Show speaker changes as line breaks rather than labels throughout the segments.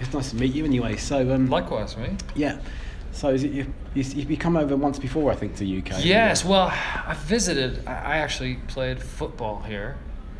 it's nice to meet you anyway. So, um,
Likewise, mate.
yeah. So, is it you, you, you come over once before, I think, to UK?
Yes, well, I visited. I I actually played football here.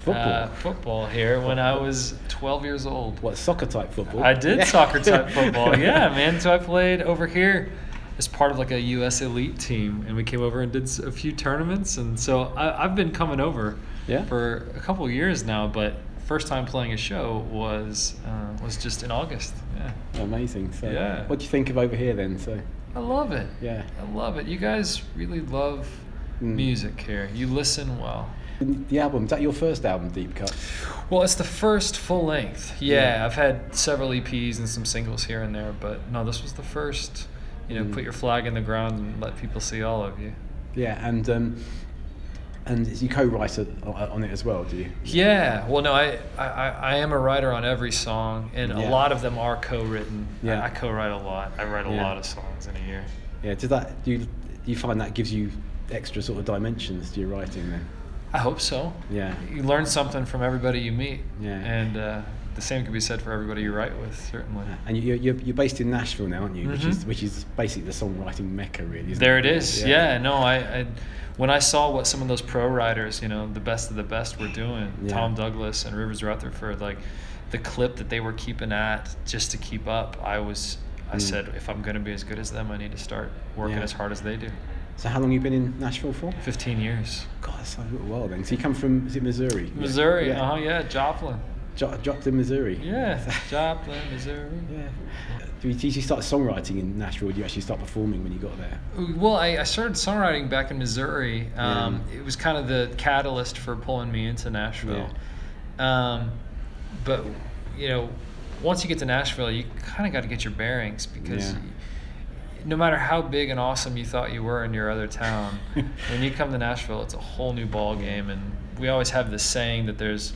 Uh,
Football?
football here when I was 12 years old.
What soccer type football?
I did soccer type football. Yeah, man. So I played over here as part of like a U.S. elite team, and we came over and did s- a few tournaments. And so I, I've been coming over
Yeah.
for a couple years now, but first time playing a show was uh, was just in August. Yeah,
Amazing. So,
Yeah.
what do you think of over here then? So,
I love it.
yeah.
I love it. You guys really love
Mm.
music here. You listen well.
And The album, is that your first album, Deep Cut?
Well, it's the first full length. Yeah,
Yeah.
I've had several EPs and some singles here and there, but no, this was the first. You know,
Mm.
put your flag in the ground and let people see all of you.
Yeah, and um, and you co-write it- on it as well, do you?
Yeah. Well, no, I I, I I am a writer on every song, and
Yeah.
a lot of them are co-written.
Yeah.
I, I co-write a lot. I write a
Yeah.
lot of songs in a year.
Yeah. Does that do you, do you find that gives you extra sort of dimensions to your writing then?
I hope so.
Yeah.
You learn something from everybody you meet.
Yeah.
And uh, the same can be said for everybody you write with, certainly.
Uh, And you, you're, you're based in Nashville now, aren't you? Which
Mhm.
is which is basically the songwriting mecca, really. Isn't
There it is.
Yeah.
Yeah. no, I, I when I saw what some of those pro riders, you know, the best of the best were doing,
Yeah.
Tom Douglas and Rivers Rutherford, like the clip that they were keeping at just to keep up, I was I
Mm.
said if I'm going to be as good as them, I need to start working
Yeah.
as hard as they do.
So how long you been in Nashville for?
15 years.
God, that's a little while then. So you come from is it Missouri? Yeah.
Missouri.
Yeah.
Oh yeah, Joplin.
Jo- dropped in Missouri.
Yeah, Joplin, Missouri.
Yeah. Do you, did you start songwriting in Nashville? Or do you actually start performing when you got there?
Well, I, I started songwriting back in Missouri. Um,
Yeah.
It was kind of the catalyst for pulling me into Nashville. Um, but, you know, once you get to Nashville, you kind of got to get your bearings because
Yeah.
no matter how big and awesome you thought you were in your other town, when you come to Nashville, it's a whole new ball game. And we always have this saying that there's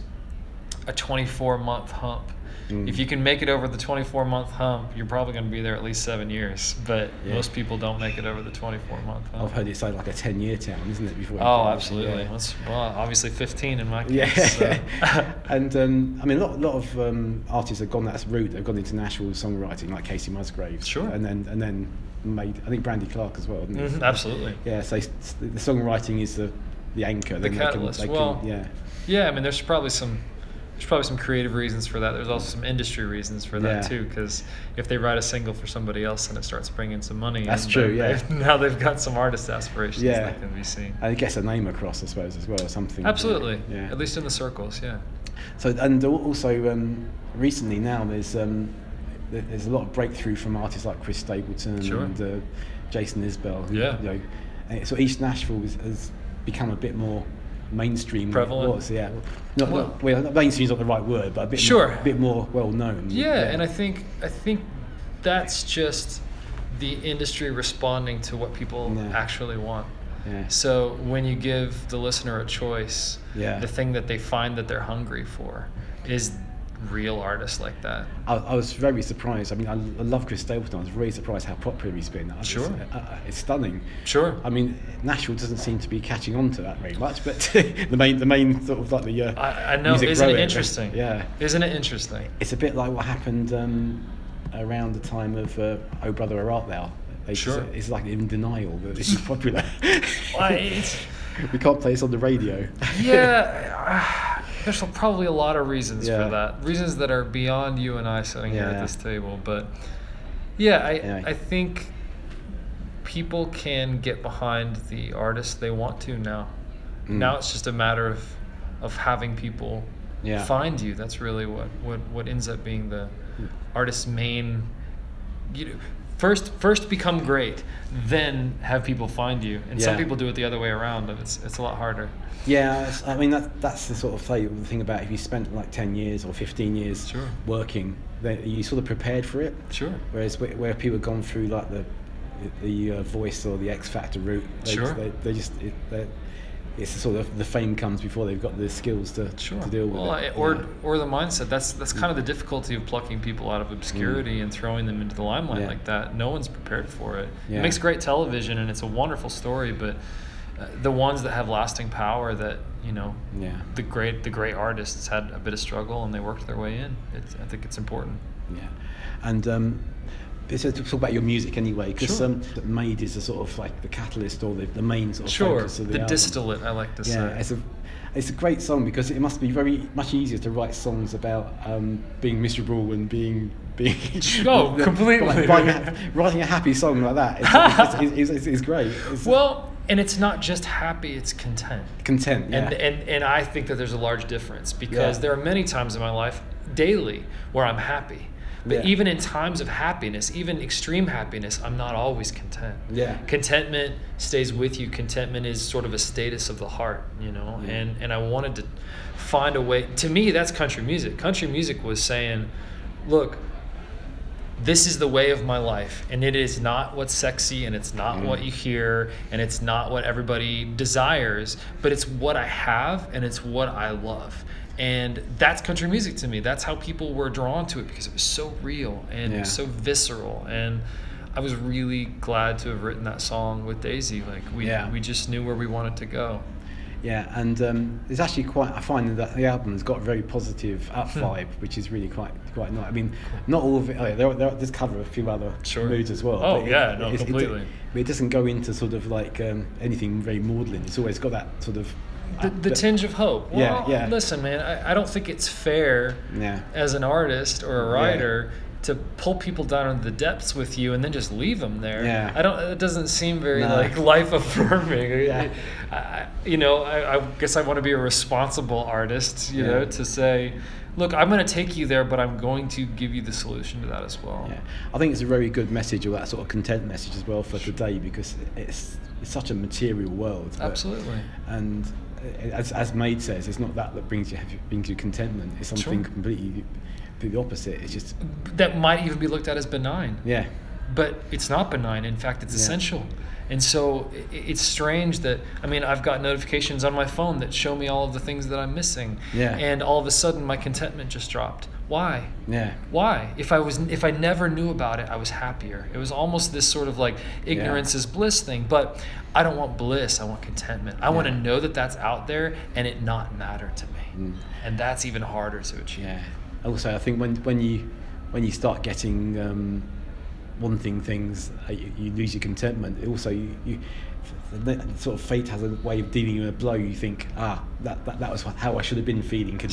a 24 month hump.
Mm.
If you can make it over the 24 month hump, you're probably going to be there at least seven years. But
Yeah.
most people don't make it over the 24 month hump.
I've heard it's like, like a ten-year town, isn't it? Before.
Oh,
Yeah.
absolutely. That's, well, obviously 15 in my
Yeah,
case. so.
and um, I mean, a lot, lot of um, artists have gone that route. They've gone into Nashville songwriting, like Casey Musgraves.
Sure.
And then and then made I think Brandy Clark as well. Didn't
Mhm,
it?
absolutely.
Yeah. So s- s- the songwriting is the the anchor. then they can-
catalyst,
they can-
well-
yeah.
Yeah, I mean, there's probably some there's probably some creative reasons for that. There's also some industry reasons for that
Yeah.
too, because if they write a single for somebody else and it starts bringing some money, in,
That's
then
true, yeah.
they've- Now they've got some artist aspirations
Yeah.
that can be seen.
And it gets a name across, I suppose, as well, or something.
Absolutely.
Yeah.
At least in the circles, yeah.
So and al- also um, recently now there's um, th- there's a lot of breakthrough from artists like Chris Stapleton
Sure.
and uh, Jason Isbell.
Yeah.
You know, and so East Nashville has, has become a bit more mainstream. than
Prevalent.
It was, yeah. Not,
Well-
not, well, not mainstream's not the right word, but a bit
Sure.
more, a bit more well known.
Yeah, and I think I think that's just the industry responding to what people
Yeah.
actually want.
yeah.
So when you give the listener a choice,
Yeah.
the thing that they find that they're hungry for is real artists like that.
I, I was very surprised. I mean, I, I love Chris Stapleton. I was really surprised how popular he's been. I just-
Sure.
uh, uh, it's stunning.
Sure.
I mean, Nashville doesn't seem to be catching on to that very much, but the main, the main sort of like the uh,
I, I know.
music
Isn't it
growing,
interesting?
Yeah,
Isn't it interesting?
it's a bit like what happened um, around the time of uh, Oh Brother Where Art Thou. They just-
Sure.
it's like in denial that this is popular.
Why, it's-
we can't play this on the radio.
yeah. uh, There's probably a lot of reasons
Yeah.
for that. Reasons that are beyond you and I sitting here
Yeah.
at this table. But yeah, I,
Yeah.
I think people can get behind the artist they want to now.
Mm.
Now it's just a matter of of having people
Yeah.
find you. That's really what, what, what ends up being the
Mm.
artist's main. You know, first first become great, then have people find you. And some
Yeah.
people do it the other way around, and it's it's a lot harder.
Yeah, it's- I mean that, that's the sort of thing, the thing about if you spent like ten years or fifteen years
Sure.
working, then you sort of prepared for it.
Sure.
Whereas wh- where people have gone through like the the uh, voice or the X Factor route, they,
Sure.
they, they just it, they, it's the sort of the fame comes before they've got the skills to
Sure.
to deal with
well,
it.
I- or
yeah.
or the mindset. That's that's kind of the difficulty of plucking people out of obscurity and throwing them into the limelight
Mm. Yeah.
like that. No one's prepared for it.
Yeah.
It makes great television and it's a wonderful story, but uh, the ones that have lasting power that you know
yeah,
the great the great artists had a bit of struggle and they worked their way in. It's, I think it's important.
yeah. And um, it's to talk about your music anyway, because
Sure.
um, Made is a sort of like the catalyst or the, the main sort of
Sure,
focus
the,
of the, album.
distillate, I like to
Yeah,
say.
it's a it's a great song because it must be very much easier to write songs about um, being miserable and being being.
Oh,
like,
completely.
writing, a, writing a happy song like that is it's, it's, it's, it's great. It's
well, and it's not just happy, it's content.
content. Yeah.
And, and, and I think that there's a large difference because
Yeah.
there are many times in my life, daily, where I'm happy. But
Yeah.
even in times of happiness, even extreme happiness, I'm not always content.
yeah.
Contentment stays with you. Contentment is sort of a status of the heart, you know.
Yeah.
And and I wanted to find a way. To me, that's country music. Country music was saying, look, this is the way of my life, and it is not what's sexy, and it's not
Mm.
what you hear, and it's not what everybody desires, but it's what I have, and it's what I love. And that's country music to me. That's how people were drawn to it because it was so real and
Yeah.
so visceral. And I was really glad to have written that song with Daisy. Like we
Yeah.
we just knew where we wanted to go.
Yeah, and um, it's actually quite. I find that the album has got a very positive up
Hmm.
vibe, which is really quite quite nice. I mean, not all of it. Oh yeah, there, there does cover a few other
Sure.
moods as well.
Oh,
but
yeah, no,
it's- it-
completely.
but it doesn't go into sort of like um, anything very maudlin. It's always got that sort of. uh,
The, the tinge of hope.
Yeah,
Well,
yeah.
Listen, man, I, I don't think it's fair
Yeah.
as an artist or a
Yeah.
writer to pull people down into the depths with you and then just leave them there.
Yeah.
I don't. It doesn't seem very
No.
like life affirming.
Yeah.
I- I, you know, I, I guess I want to be a responsible artist. You
Yeah.
know, to say, look, I'm going to take you there, but I'm going to give you the solution to that as well.
Yeah, I think it's a very good message, or that sort of content message as well for today, because it's it's such a material world. but-
Absolutely.
and uh, as, as Maid says, it's not that that brings you brings you contentment. It's something
Sure.
completely the opposite. It's just
That might even be looked at as benign.
yeah,
but it's not benign. In fact, it's
Yeah.
essential. And so i- i- it's strange that I mean I've got notifications on my phone that show me all of the things that I'm missing.
Yeah.
And all of a sudden my contentment just dropped. Why?
yeah,
Why? If I was if I never knew about it, I was happier. It was almost this sort of like ignorance is bliss thing, but I don't want bliss. I want contentment. I want to
Yeah.
know that that's out there and it not matter to me.
Mm.
And that's even harder to achieve.
yeah. Also, I think when when you when you start getting um, wanting things, uh, you, you lose your contentment. It Also, you, you the ne- sort of fate has a way of dealing you a blow. You think, ah, that, that, that was how I should have been feeling content.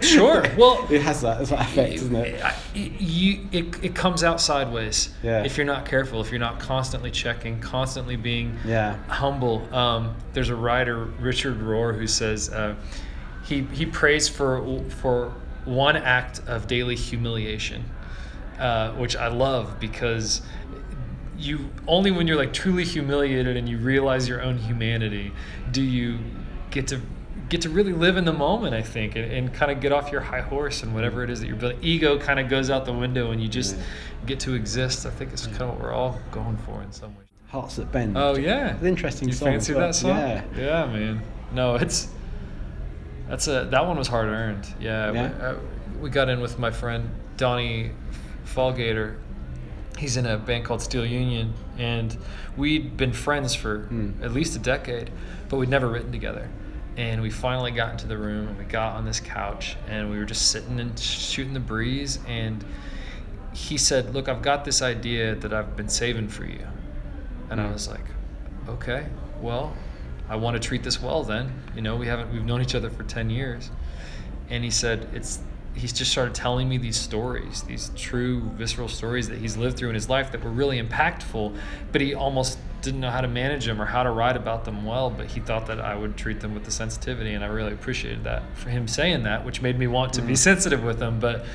sure. Well,
it has that, it's that effect, doesn't it?
I- you- it, it comes out sideways
Yeah.
if you're not careful, if you're not constantly checking, constantly being
Yeah.
humble. Um, there's a writer, Richard Rohr, who says uh, he, he prays for, for one act of daily humiliation, uh, which I love because you only when you're like truly humiliated and you realize your own humanity do you get to get to really live in the moment i think and, and kind of get off your high horse and whatever it is that you're building ego kind of goes out the window and you just
Yeah.
get to exist i think it's kind of what we're all going for in some way
Hearts that bend.
oh yeah
Mm. It's an interesting
you
song as
fancy
well.
that song
Yeah.
yeah man no it's that's a that one was hard earned yeah,
Yeah?
We, uh, we got in with my friend donnie fallgater he's in a band called Steel Union, and we'd been friends for
Hmm.
at least a decade, but we'd never written together. And we finally got into the room, and we got on this couch, and we were just sitting and shooting the breeze. And he said, "Look, I've got this idea that I've been saving for you," and I
Hmm.
was like, "Okay, well, I want to treat this well then. You know, we haven't we've known each other for ten years." and he said it's he's just started telling me these stories these true visceral stories that he's lived through in his life that were really impactful but he almost didn't know how to manage them or how to write about them well but he thought that i would treat them with the sensitivity and i really appreciated that for him saying that which made me want to be
Mm.
sensitive with him but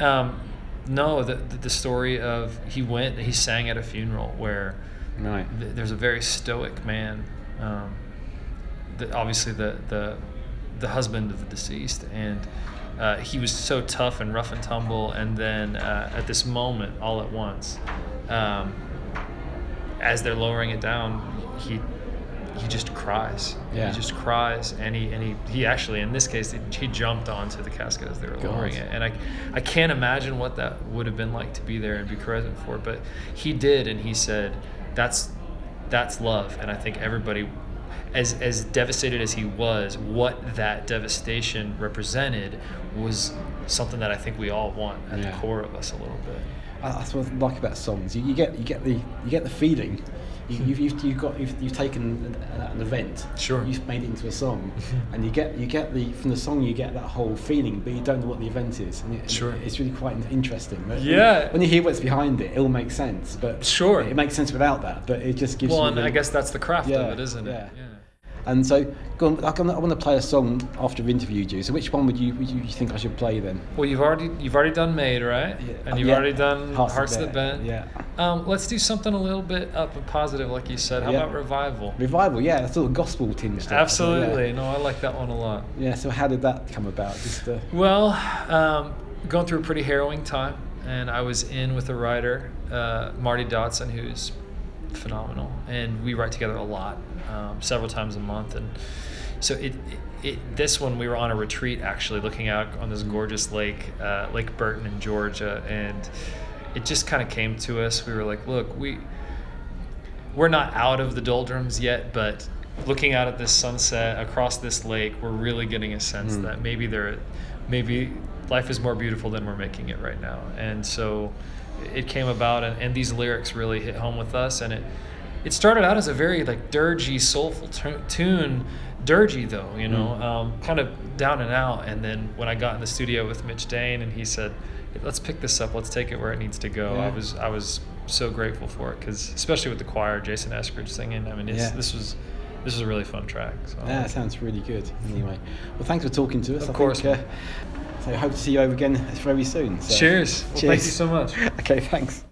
um, no the, the, the story of he went he sang at a funeral where
Right.
th- there's a very stoic man um, the, obviously the, the the husband of the deceased and uh, he was so tough and rough and tumble and then uh, at this moment all at once um, as they're lowering it down he he just cries
Yeah.
he just cries and he and he, he actually in this case he, he jumped onto the casket as they were lowering
God.
it and I, I can't imagine what that would have been like to be there and be present for it but he did and he said that's that's love and i think everybody as as devastated as he was, what that devastation represented was something that I think we all want at
Yeah.
the core of us a little bit.
I- That's what I like about songs. You, you get you get the you get the feeling. You, you've, you've, you've got you've, you've taken an, an event.
Hmm. Sure.
You've made it into a song, and you get you get the from the song you get that whole feeling, but you don't know what the event is. And it,
Sure.
It's really quite in- interesting. But
Yeah.
When you hear what's behind it, it'll make sense. But
Sure.
It makes sense without that, but it just gives.
Well,
you
and
the-
I guess that's the craft
Yeah,
of it, isn't it?
yeah. And so, go on, like, I'm- I want to play a song after I've interviewed you. So, which one would you would you think I should play then?
Well, you've already you've already done Made, right? And you've
Yeah.
already done Hearts, of the
Bed.
Bent.
Yeah.
Um, let's do something a little bit up and positive, like you said. How
Yeah.
about revival?
Revival, yeah, that sort of gospel tinge. to it, doesn't it? Yeah.
Absolutely. No, I like that one a lot.
Yeah, so how did that come about? Just uh,
Well, um, going through a pretty harrowing time, and I was in with a writer, uh, Marty Dotson, who's phenomenal, and we write together a lot, um, several times a month, and so it, it, it. This one we were on a retreat actually, looking out on this gorgeous lake, uh, Lake Burton in Georgia, and it just kind of came to us. We were like, look, we we're not out of the doldrums yet, but looking out at this sunset across this lake, we're really getting a sense
Mm.
that maybe there, maybe life is more beautiful than we're making it right now. And so, it came about, and, and these lyrics really hit home with us. And it, it started out as a very like dirgy, soulful tu- tune, dirgy though, you know,
Mm.
um, kind of down and out. And then when I got in the studio with Mitch Dane, and he said, "Let's pick this up. Let's take it where it needs to go." I
Yeah.
was I was so grateful for it because especially with the choir, Jason Eskridge singing. I mean, it's,
Yeah.
this was this was a really fun track. So.
yeah, that sounds really good. Anyway, well, thanks for talking to us.
Of course,
Think, uh, so, hope to see you over again very soon. So.
Cheers. Well, thank you
Cheers.
so much.
Okay, thanks.